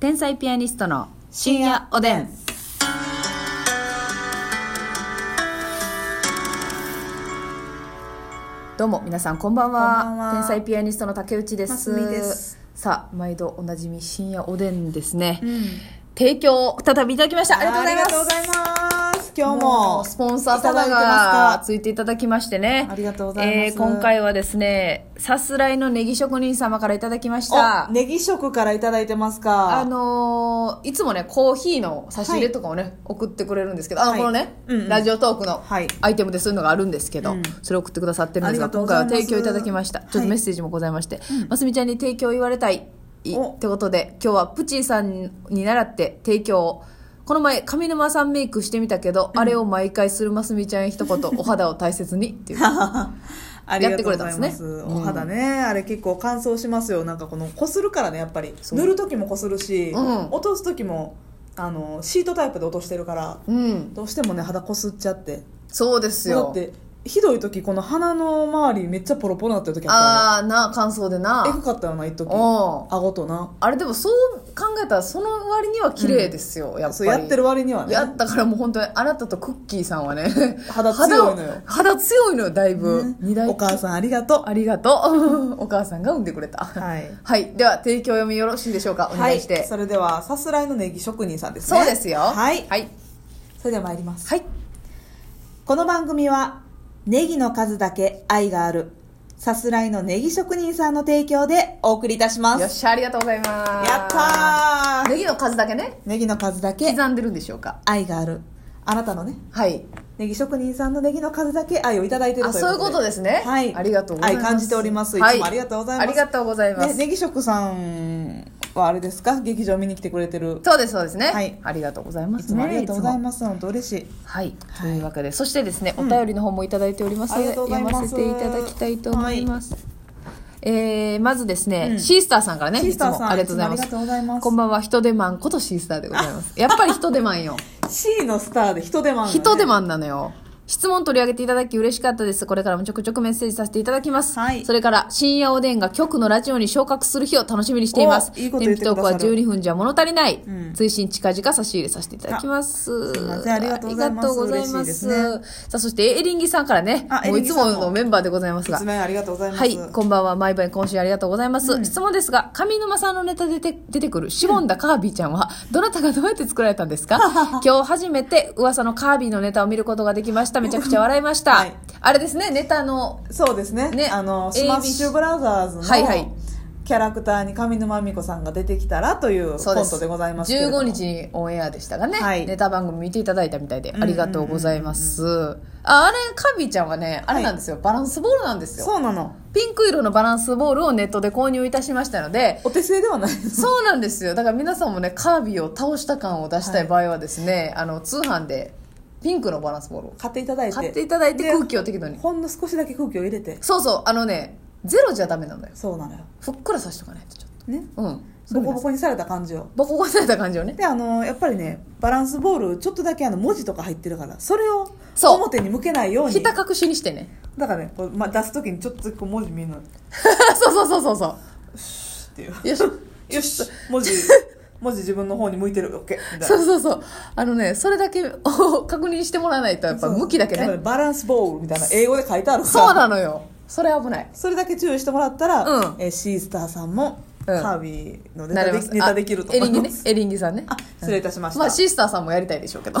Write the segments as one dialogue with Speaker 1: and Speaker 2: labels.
Speaker 1: 天才ピアニストの深夜おでん。どうも皆さんこんばんは。
Speaker 2: こんばんは
Speaker 1: 天才ピアニストの竹内です。
Speaker 2: ますみです
Speaker 1: さあ毎度おなじみ深夜おでんですね。
Speaker 2: ん
Speaker 1: 提供再びいただきました。ありがとうございます。
Speaker 2: ありがとうございます今日も
Speaker 1: スポンサー様
Speaker 2: いただいて
Speaker 1: が
Speaker 2: ますか
Speaker 1: ついていただきましてね。
Speaker 2: ありがとうございます
Speaker 1: えー今回はですね、さすらいのネギ職人様からいただきました。
Speaker 2: おネギ食からいただいてますか
Speaker 1: あのーいつもね、コーヒーの差し入れとかをね、送ってくれるんですけど、あの、
Speaker 2: はい
Speaker 1: このね、
Speaker 2: うんうん
Speaker 1: ラジオトークの
Speaker 2: はい
Speaker 1: アイテムでそういうのがあるんですけど、
Speaker 2: うん
Speaker 1: それを送ってくださってるんですが、
Speaker 2: ありがとう
Speaker 1: 今
Speaker 2: ござ
Speaker 1: 回は
Speaker 2: います
Speaker 1: 提供いただきました。ちょっ
Speaker 2: は
Speaker 1: と
Speaker 2: い
Speaker 1: メッセージもございまして、ますみちゃんに提供言われたい、い
Speaker 2: お
Speaker 1: ってことで、今日はプチーさんに習って提供を、この前、上沼さんメイクしてみたけど、あれを毎回するますみちゃんへ一言、お肌を大切にっていう。
Speaker 2: ありがとうござい
Speaker 1: や
Speaker 2: ま
Speaker 1: って
Speaker 2: す
Speaker 1: くれたんですね
Speaker 2: お肌ね、あれ結構乾燥しますよなんかこのこするからねやっぱり
Speaker 1: そう
Speaker 2: 塗る時もこするし、
Speaker 1: うん
Speaker 2: 落とす時もあのシートタイプで落としてるから
Speaker 1: うん。
Speaker 2: どうしてもね肌こすっちゃって
Speaker 1: そうです
Speaker 2: だ
Speaker 1: よ
Speaker 2: っ。てひどい時この鼻の周りめっちゃポロポロなってる時あっ
Speaker 1: あーな、感想で
Speaker 2: た
Speaker 1: な。
Speaker 2: のえぐかったよな一時
Speaker 1: おう
Speaker 2: 顎とな
Speaker 1: あれでもそう考えたらその割には綺麗ですよ、やっぱり
Speaker 2: そうやってる割にはね
Speaker 1: やったからもう本当にあなたとクッキーさんはね
Speaker 2: 肌強いのよ
Speaker 1: 肌を肌強いのよだいぶ、
Speaker 2: ね
Speaker 1: 二大
Speaker 2: お母さんありがと
Speaker 1: ありがとう お母さんが産んでくれた
Speaker 2: う
Speaker 1: はい、
Speaker 2: はい
Speaker 1: では提供読みよろしいでしょうかお願いして、
Speaker 2: はい、それではさすらいのネギ職人さんですね
Speaker 1: そうですよ
Speaker 2: はい、
Speaker 1: はい、
Speaker 2: それでは参ります
Speaker 1: はい、
Speaker 2: この番組はネギの数だけ愛があるさすらいのネギ職人さんの提供でお送りいたしま
Speaker 1: よっ
Speaker 2: す
Speaker 1: しゃありがとうございます
Speaker 2: やったー
Speaker 1: ネギの数だけね
Speaker 2: ネギの数だけ
Speaker 1: 刻んでるんでしょうか
Speaker 2: 愛があるあなたのね
Speaker 1: はい
Speaker 2: ネギ職人さんのネギの数だけ愛をいただいてる
Speaker 1: あ
Speaker 2: ということで
Speaker 1: そういうことですね
Speaker 2: はい
Speaker 1: ありがとうございます
Speaker 2: 愛感じておりますいつもありがとうございます
Speaker 1: ありがとうございます、
Speaker 2: ね、ネギ職さんはあれですか劇場見に来てくれてる
Speaker 1: そうですそうですね、
Speaker 2: はい
Speaker 1: ありがとうございま
Speaker 2: い
Speaker 1: す
Speaker 2: つ
Speaker 1: ね
Speaker 2: もありがとうござい
Speaker 1: いつも
Speaker 2: ます本当嬉しい
Speaker 1: はい、と
Speaker 2: はい
Speaker 1: いうわけでそしてですねお便りの方もいただいておりますの
Speaker 2: あり
Speaker 1: で、
Speaker 2: がとうござい
Speaker 1: 読
Speaker 2: ます
Speaker 1: ませていただきたいと思います、えーまずですね、
Speaker 2: うん
Speaker 1: シースターさんからね
Speaker 2: シー
Speaker 1: い
Speaker 2: ス
Speaker 1: つ
Speaker 2: ターさん
Speaker 1: もありがとうございます
Speaker 2: いつもありがとうございます
Speaker 1: こんばんは人手マンことシースターでございますやっぱり人手マンよ
Speaker 2: C のスターで人手間、ね、
Speaker 1: 人手マンなのよ質問取り上げていただき嬉しかったです。これからもちょくちょくメッセージさせていただきます。
Speaker 2: はい
Speaker 1: それから、深夜おでんが局のラジオに昇格する日を楽しみにしています。
Speaker 2: おいいこと言ってくださ
Speaker 1: 天気
Speaker 2: る
Speaker 1: トークは12分じゃ物足りない。
Speaker 2: うん
Speaker 1: 追伸近々差し入れさせていただきます。
Speaker 2: あすいませんありがとうござい
Speaker 1: あ
Speaker 2: ます
Speaker 1: りがとうございま
Speaker 2: 嬉しいです
Speaker 1: す。
Speaker 2: ね
Speaker 1: さあ、そしてエリンギさんからね
Speaker 2: あ、
Speaker 1: もういつも
Speaker 2: エリンギさん
Speaker 1: の
Speaker 2: も
Speaker 1: メンバーでございますが
Speaker 2: 説。明ありがとうございます
Speaker 1: はい、こんばんは。毎晩今週ありがとうございます。質問ですが、上沼さんのネタで出て出てくる、しぼんだカービィちゃんは、どなたがどうやって作られたんです か今日初めて噂のカービィのネタを見ることができました。めちゃくちゃ笑いました。
Speaker 2: はい
Speaker 1: あれですね、ネタの、
Speaker 2: そうですね
Speaker 1: ね
Speaker 2: あの
Speaker 1: ABC
Speaker 2: スマッシュブラザーズの
Speaker 1: はいはい
Speaker 2: キャラクターに上沼恵美子さんが出てきたらという
Speaker 1: そうで
Speaker 2: コン
Speaker 1: す。
Speaker 2: トでございますけれども
Speaker 1: 15日にオンエアでしたがね、
Speaker 2: はい
Speaker 1: ネタ番組見ていただいたみたいで、
Speaker 2: ん
Speaker 1: ありがとうございます。ああれ、カービィちゃんはね、あれなんですよ、バランスボールなんですよ。
Speaker 2: そうなの
Speaker 1: ピンク色のバランスボールをネットで購入いたしましたので、
Speaker 2: お手製ではないです
Speaker 1: そうなんですよだから皆さんもねカービィを倒した感を出したい場合はですね、あの通販でピンクのバランスボールを
Speaker 2: 買っていただいて
Speaker 1: 買っていただいて
Speaker 2: で
Speaker 1: 空気を適度に
Speaker 2: ほんの少しだけ空気を入れて
Speaker 1: そうそうあのねゼロじゃダメなんだよ
Speaker 2: そうなのよ
Speaker 1: ふっくらさしとかないとちょっ
Speaker 2: ね
Speaker 1: とうん
Speaker 2: ボコボ
Speaker 1: コ
Speaker 2: コにされた感じを
Speaker 1: ボコボコにされた感じをね
Speaker 2: であのやっぱりねバランスボールちょっとだけあの文字とか入ってるからそれを
Speaker 1: そう
Speaker 2: 表に向けないよう
Speaker 1: ひ
Speaker 2: に
Speaker 1: た隠しにしてね
Speaker 2: だからねこう、まあ、出す時にちょっとだけこう文字見るの
Speaker 1: そうそうそうそうそ
Speaker 2: っていう
Speaker 1: う よし
Speaker 2: よし文字文字自分の方に向いてる OK みたいな
Speaker 1: そうそうそうあのねそれだけを確認してもらわないとやっぱ
Speaker 2: そう
Speaker 1: 向きだけ
Speaker 2: やっぱ
Speaker 1: ね
Speaker 2: りバランスボールみたいな英語で書いてあるから
Speaker 1: そうなのよそれ危ない
Speaker 2: それだけ注意してもらったら、
Speaker 1: うん
Speaker 2: えーシースターさんも、
Speaker 1: うん
Speaker 2: カービィのネ
Speaker 1: な
Speaker 2: タ
Speaker 1: れ
Speaker 2: で
Speaker 1: ます
Speaker 2: ネタできると
Speaker 1: あエ
Speaker 2: 思
Speaker 1: リン
Speaker 2: い
Speaker 1: ギ
Speaker 2: ま
Speaker 1: ね
Speaker 2: す
Speaker 1: エリンギさんね
Speaker 2: あ失礼いたしました、
Speaker 1: まあ、シースターさんもやりたいでしょうけど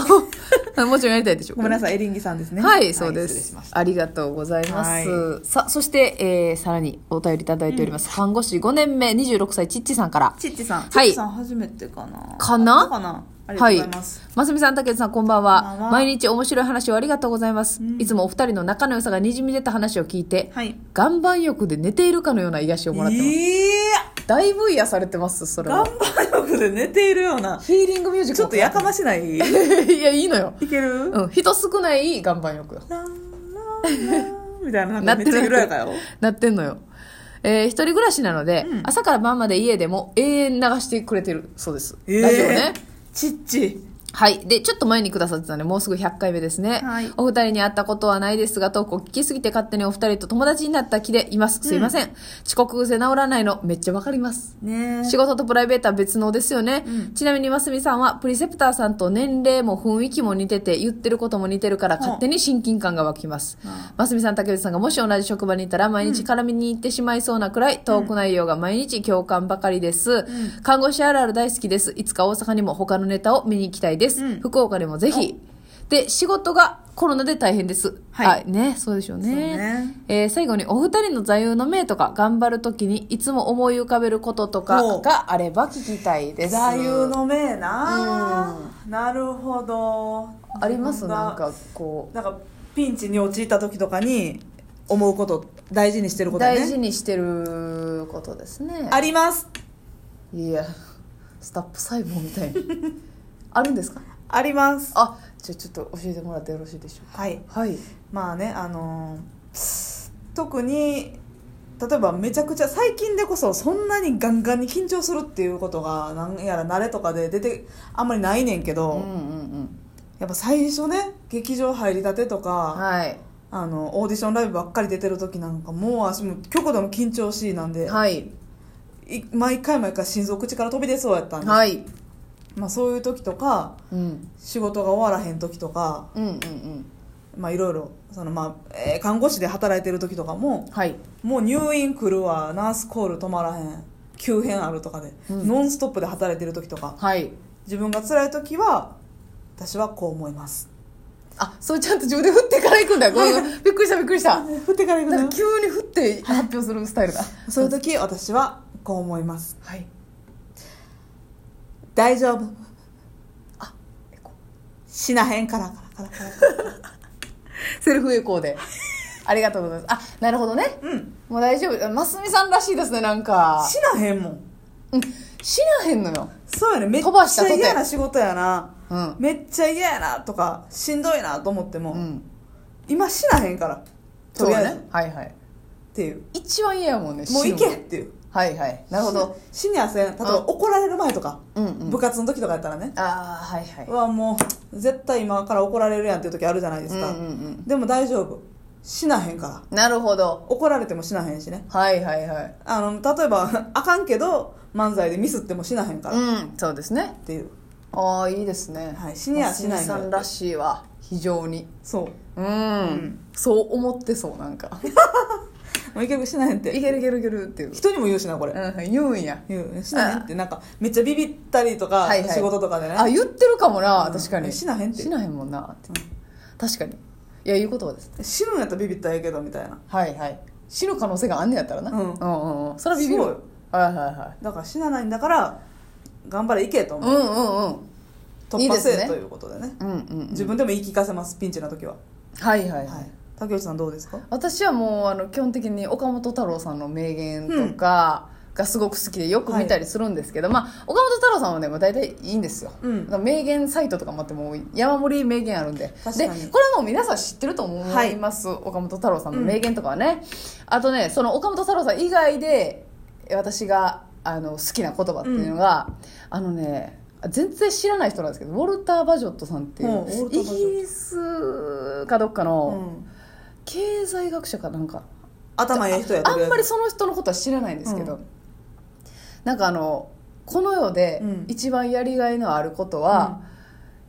Speaker 1: もちろんやりたいでしょう
Speaker 2: ご
Speaker 1: け
Speaker 2: め
Speaker 1: ど
Speaker 2: んなさいエリンギさんですね
Speaker 1: はい、そうで
Speaker 2: 失礼し
Speaker 1: す
Speaker 2: まし。た
Speaker 1: ありがとうございます。
Speaker 2: は
Speaker 1: さあ、そして、えー、さらにお便りいただいております。看護師5年目、26歳、ちっちさんから。
Speaker 2: チッチさん、
Speaker 1: い
Speaker 2: チッチさん初めてかな
Speaker 1: かな
Speaker 2: かなありが
Speaker 1: は
Speaker 2: と
Speaker 1: い
Speaker 2: うございます、。
Speaker 1: ますみさん、たけさん、こんばん
Speaker 2: こんば
Speaker 1: は。
Speaker 2: んは
Speaker 1: 毎日面白い話をありがとうございます。いつもお二人の仲の良さがにじみ出た話を聞いて、
Speaker 2: はい
Speaker 1: 岩盤浴で寝ているかのような癒しをもらってます。
Speaker 2: いや
Speaker 1: だいぶ癒されてます、それ
Speaker 2: 岩
Speaker 1: は。
Speaker 2: 盤浴で寝ているような
Speaker 1: ヒーリングミュージック
Speaker 2: ちょっとやか
Speaker 1: ま
Speaker 2: ましないい
Speaker 1: いや、いいのよ。
Speaker 2: ける、
Speaker 1: うん、人少ない岩盤浴よ。
Speaker 2: ランランランみたいななんかめっちゃ緩やかよ
Speaker 1: なってんのよ。えー一人暮らしなので、朝から晩まで家でも永遠流してくれてるそうです。
Speaker 2: えー
Speaker 1: ラジオね。
Speaker 2: チッチ
Speaker 1: はい。で、ちょっと前にくださってたね、もうすぐ100回目ですね。
Speaker 2: はい
Speaker 1: お二人に会ったことはないですが、トークを聞きすぎて勝手にお二人と友達になった気でいます。すいません。遅刻癖治らないの、めっちゃわかります。
Speaker 2: ね
Speaker 1: 仕事とプライベートは別のですよね、
Speaker 2: うん
Speaker 1: ちなみにますみさんはプリセプターさんと年齢も雰囲気も似てて言ってることも似てるから
Speaker 2: ん
Speaker 1: 勝手に親近感が湧きます、
Speaker 2: あ
Speaker 1: ますみさん竹内さんがもし同じ職場にいたら毎日絡みに行ってしまいそうなくらいトーク内容が毎日共感ばかりです、
Speaker 2: ん
Speaker 1: 看護師あるある大好きですいつか大阪にも他のネタを見に行きたいです、
Speaker 2: うん
Speaker 1: 福岡でもぜひで仕事がコロナで大変です
Speaker 2: は
Speaker 1: あ
Speaker 2: い
Speaker 1: ねそうでしょうね
Speaker 2: そうね
Speaker 1: えー最後にお二人の座右の銘とか頑張るときにいつも思い浮かべることとか
Speaker 2: ほう
Speaker 1: があれば聞きたいです
Speaker 2: 座右の銘な、なるほど
Speaker 1: ありますなん
Speaker 2: か
Speaker 1: かこう
Speaker 2: なんかピンチに陥った時とかに思うこと大事にしてることね
Speaker 1: 大事にしてることですね
Speaker 2: あります
Speaker 1: いやスタップ細胞みたいにあるん ですか
Speaker 2: あります
Speaker 1: あじゃあちょっと教えてもらってよろしいでしょう
Speaker 2: はい
Speaker 1: かはい
Speaker 2: まあねあのー特に例えばめちゃくちゃ最近でこそそんなにガンガンに緊張するっていうことがなんやら慣れとかで出てあんまりないねんけど、
Speaker 1: うんうんうん
Speaker 2: やっぱ最初ね劇場入りたてとか、
Speaker 1: はい
Speaker 2: あのオーディションライブばっかり出てる時なんかもう足も曲でも緊張しいなんで、
Speaker 1: はい
Speaker 2: い毎回毎回心臓口から飛び出そうやったんで、
Speaker 1: はい
Speaker 2: まあ、そういう時とか
Speaker 1: うん
Speaker 2: 仕事が終わらへん時とか
Speaker 1: うんうんうん
Speaker 2: まあいろいろその、まあえー看護師で働いてる時とかも
Speaker 1: はい
Speaker 2: もう入院来るわナースコール止まらへん急変あるとかで、
Speaker 1: うん
Speaker 2: ノンストップで働いてる時とか
Speaker 1: はい
Speaker 2: 自分が辛い時は私はこう思います
Speaker 1: あそれちゃんと自分で振ってから行くんだよごめんごめんびっくりしたびっくりした
Speaker 2: 振ってから行く
Speaker 1: な
Speaker 2: の
Speaker 1: んか急に振って発表するスタイルだ。
Speaker 2: そういう時私はこう思います
Speaker 1: はい。
Speaker 2: 大丈夫
Speaker 1: エコ
Speaker 2: 死なへんからからからから
Speaker 1: セルフエコーで。ありがとうございます。あ、なるほどね。
Speaker 2: うん
Speaker 1: もう大丈夫。ますみさんらしいですね、なんか。
Speaker 2: 死なへんもん
Speaker 1: うん。死なへんのよ。
Speaker 2: そうやねめっ
Speaker 1: 飛ばし
Speaker 2: ち
Speaker 1: たと
Speaker 2: ゃ
Speaker 1: て
Speaker 2: 嫌な仕事やな
Speaker 1: うん。
Speaker 2: めっちゃ嫌やなとかしんどいなと思っても、
Speaker 1: うん。
Speaker 2: 今死なへんから
Speaker 1: そ
Speaker 2: と
Speaker 1: う
Speaker 2: りあえ
Speaker 1: だ
Speaker 2: ず、
Speaker 1: ね。はいはい。
Speaker 2: っていう
Speaker 1: 一番嫌やもんね、
Speaker 2: もう
Speaker 1: 死ぬ
Speaker 2: 行
Speaker 1: の
Speaker 2: けっていう
Speaker 1: はいはい。なるほど。
Speaker 2: 死にゃせん例えば
Speaker 1: うん
Speaker 2: 怒られる前とか、
Speaker 1: うんうん
Speaker 2: 部。活の時とかやったらね
Speaker 1: ああ、はいうは
Speaker 2: わもう絶対今から怒られるやんっていう時あるじゃない
Speaker 1: い。
Speaker 2: で
Speaker 1: う
Speaker 2: す
Speaker 1: んう
Speaker 2: か、
Speaker 1: んうん。
Speaker 2: でも大丈夫死なへんから
Speaker 1: なるほど。
Speaker 2: 怒られても死なへんしね
Speaker 1: はいはいはい。
Speaker 2: あの例えば あかんけど漫才でミスっても死なへんからっ
Speaker 1: うん、そうですね。
Speaker 2: ていう、
Speaker 1: ああ、いいですね。
Speaker 2: はい死にはしないのよ
Speaker 1: ますみさんらしいわ。非常に。
Speaker 2: そうも
Speaker 1: うん。そう思ってそう、なんか。
Speaker 2: う結局死なへんって
Speaker 1: いけるいけるいけるっていう。
Speaker 2: 人にも言うしなこれ、
Speaker 1: うん、言うんや。
Speaker 2: 言う死なへんってなんかめっちゃビビったりとか、
Speaker 1: はいはい
Speaker 2: 仕事とかでね
Speaker 1: あ、言ってるかもな、
Speaker 2: うん
Speaker 1: 確かに。
Speaker 2: 死なへんって
Speaker 1: 死なへんもんな、って。確かに。いや、言うことはです。
Speaker 2: 死ぬんやったらビビったらええけどみたいな
Speaker 1: はいはい。死ぬ可能性があんねやったらな。
Speaker 2: うん
Speaker 1: うんうん。それはビビる。
Speaker 2: そう
Speaker 1: はい
Speaker 2: よ
Speaker 1: はいはい。
Speaker 2: だから死なないんだから頑張れいけと
Speaker 1: う
Speaker 2: 思う、
Speaker 1: んうんうん。い
Speaker 2: 突
Speaker 1: い
Speaker 2: 破
Speaker 1: で
Speaker 2: せ
Speaker 1: す
Speaker 2: え
Speaker 1: ね
Speaker 2: ということでね
Speaker 1: うんうんうん。
Speaker 2: 自分でも言い聞かせますピンチな時は、
Speaker 1: はいはいは。
Speaker 2: はいい、竹内さんどうですか
Speaker 1: 私はもうあの基本的に岡本太郎さんの名言とかがすごく好きでよく見たりするんですけど、まあ、岡本太郎さんはね、まあ、大体いいんですよ、
Speaker 2: うん
Speaker 1: だから名言サイトとかもあってもう山盛り名言あるんででこ
Speaker 2: 確
Speaker 1: れ
Speaker 2: か
Speaker 1: は
Speaker 2: に
Speaker 1: もう皆さん知ってると思
Speaker 2: はい
Speaker 1: います、岡本太郎さんの名言とかはね、あとねその岡本太郎さん以外でえ私があの好きな言葉っていうのが、あのね全然知らない人なんですけどウォルター・バジョットさんってい
Speaker 2: うんウォ
Speaker 1: う
Speaker 2: ルターバジョ
Speaker 1: イ
Speaker 2: ット
Speaker 1: ギリスかどっかの、
Speaker 2: うん、
Speaker 1: 経済学者かなんか
Speaker 2: 頭ええ人や
Speaker 1: あんまり
Speaker 2: ず
Speaker 1: その人のことは知らないんですけど、
Speaker 2: う
Speaker 1: なんかあのこの世で
Speaker 2: うん
Speaker 1: 一番やりがいのあることは、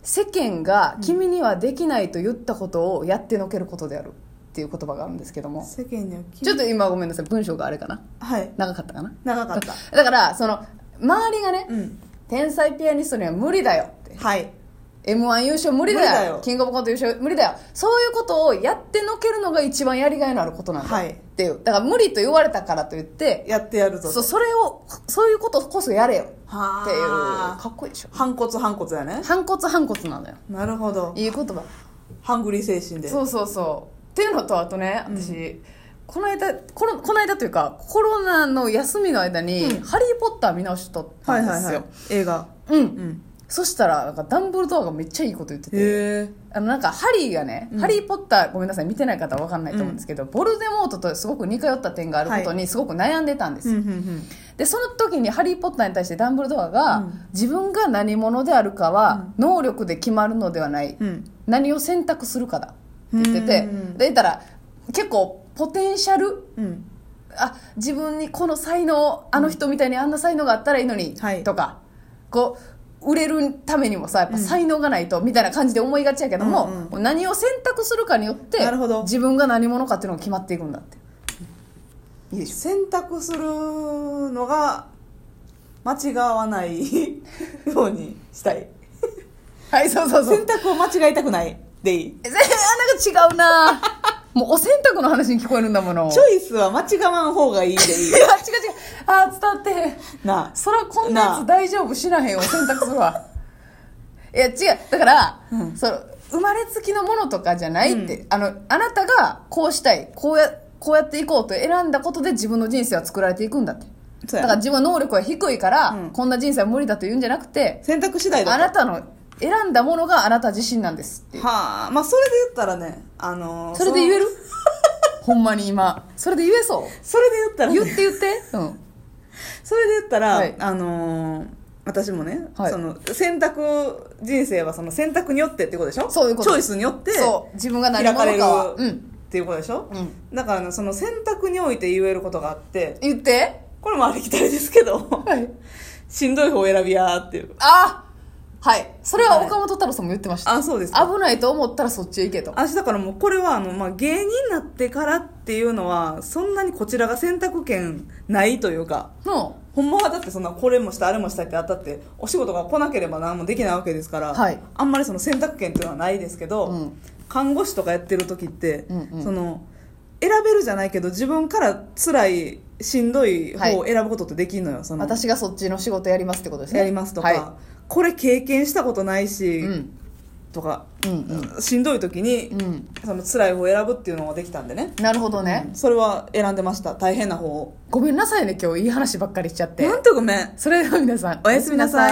Speaker 1: 世間が君にはできないと言ったことをやってのけることであるっていう言葉があるんですけども、
Speaker 2: 世間にはき
Speaker 1: ちょっと今ごめんなさい文章があれかな
Speaker 2: はい
Speaker 1: 長かったかな
Speaker 2: 長かった
Speaker 1: だからその周りがね、
Speaker 2: うん
Speaker 1: 天才ピアニストには無理だよって
Speaker 2: はい、
Speaker 1: m 1優勝無理だよ
Speaker 2: 無理だよ
Speaker 1: キングオブコント優勝無理だよそういうことをやってのけるのが一番やりがいのあることなんだ
Speaker 2: はい
Speaker 1: っていう、だから無理と言われたからといって
Speaker 2: やってやるぞ
Speaker 1: そ
Speaker 2: と
Speaker 1: それをそういうことこそやれよっていう
Speaker 2: はあ
Speaker 1: かっこいいでしょ
Speaker 2: 反骨反骨やね
Speaker 1: 反骨反骨なのよ
Speaker 2: なるほど
Speaker 1: いい言葉
Speaker 2: ハングリー精神で
Speaker 1: そうそうそうっていうのとあとね私、この間このこの間というかコロナの休みの間に「ハリー・ポッター」見直しとったんですよ、
Speaker 2: 映画
Speaker 1: うん
Speaker 2: うん
Speaker 1: そしたらなんかダンブルドアがめっちゃいいこと言ってて
Speaker 2: へえ
Speaker 1: あのなんかハリーがね、
Speaker 2: うん
Speaker 1: ハリー・ポッターごめんなさい見てない方は分かんないと思うんですけど、ボルデモートとすごく似通った点があることにすごく悩んでたんですよ、でその時にハリー・ポッターに対してダンブルドアが、
Speaker 2: うん
Speaker 1: 自分が何者であるかは能力で決まるのではない、
Speaker 2: うん
Speaker 1: 何を選択するかだって言ってて、
Speaker 2: うん
Speaker 1: で言ったら結構ポテンシャル
Speaker 2: うん
Speaker 1: あ自分にこの才能あの人みたいにあんな才能があったらいいのに、
Speaker 2: はい
Speaker 1: とかこう売れるためにもさやっぱ才能がないと、みたいな感じで思いがちやけども、
Speaker 2: うんうん
Speaker 1: もう何を選択するかによって
Speaker 2: なるほど
Speaker 1: 自分が何者かっていうのが決まっていくんだっていいでしょ
Speaker 2: 選択するのが間違わない ようにしたい
Speaker 1: はいそうそうそう
Speaker 2: 選択を間違えたくないでいい
Speaker 1: えあなんか違うなもうお洗濯の話に聞こえるんだもの
Speaker 2: チョイスは間違わん方がいいでいい
Speaker 1: いや違う違うあー伝わってへん
Speaker 2: な
Speaker 1: そらこんなやつ大丈夫しなへんを選択する わいや違うだから、
Speaker 2: うん
Speaker 1: その生まれつきのものとかじゃないって、あのあなたがこうしたいこうやこうやっていこうと選んだことで自分の人生は作られていくんだって
Speaker 2: そ
Speaker 1: だ
Speaker 2: うや
Speaker 1: から自分の能力は低いから、
Speaker 2: うん
Speaker 1: こんな人生は無理だと言うんじゃなくて
Speaker 2: 選択次第だ
Speaker 1: あなたの選んだものがあなた自身なんですっていう
Speaker 2: はあまあそれで言ったらねあのー
Speaker 1: それで言え
Speaker 2: の
Speaker 1: るほんまに今それで言えそう
Speaker 2: それで言ったら、
Speaker 1: 言っ
Speaker 2: ね、
Speaker 1: て言ってうん
Speaker 2: それで言ったら、
Speaker 1: はい
Speaker 2: あのー私もね、
Speaker 1: はい
Speaker 2: その選択人生はその選択によってってことでしょ
Speaker 1: そういうこと
Speaker 2: チョイスによって
Speaker 1: そう自分が何
Speaker 2: 開
Speaker 1: 者
Speaker 2: かれる
Speaker 1: かは
Speaker 2: っ
Speaker 1: うん
Speaker 2: ていうことでしょ、
Speaker 1: うん
Speaker 2: だからねその選択において言えることがあって
Speaker 1: 言って
Speaker 2: これもありきたりですけど
Speaker 1: はい
Speaker 2: しんどい方を選びやーっていう
Speaker 1: あはいそれは
Speaker 2: はい
Speaker 1: 岡本太郎さんも言ってました、
Speaker 2: あそうですか
Speaker 1: 危ないと思ったらそっちへ行けと
Speaker 2: 私だからもうこれはあの、まあ、芸人になってからっていうのはそんなにこちらが選択権ないというか
Speaker 1: の
Speaker 2: ほんまはだってそんなこれもしたあれもしたってあったってお仕事が来なければ何もできないわけですから、
Speaker 1: はい
Speaker 2: あんまりその選択権っていうのはないですけど、
Speaker 1: うん
Speaker 2: 看護師とかやってる時って、
Speaker 1: うんうん
Speaker 2: その選べるじゃないけど自分から辛いしんどい方を選ぶことってできんのよ、その
Speaker 1: 私がそっちの仕事やりますってことですね
Speaker 2: やりますとか、
Speaker 1: は
Speaker 2: これ経験したことないし、
Speaker 1: い、うん
Speaker 2: とか、
Speaker 1: うん
Speaker 2: しんどい時に、
Speaker 1: うんうん
Speaker 2: その辛い方を選ぶっていうのができたんでね、
Speaker 1: なるほどね、
Speaker 2: それは選んでました大変な方を
Speaker 1: ごめんなさいね今日いい話ばっかりしちゃって
Speaker 2: なんとごめん
Speaker 1: それでは皆さん
Speaker 2: おやすみなさい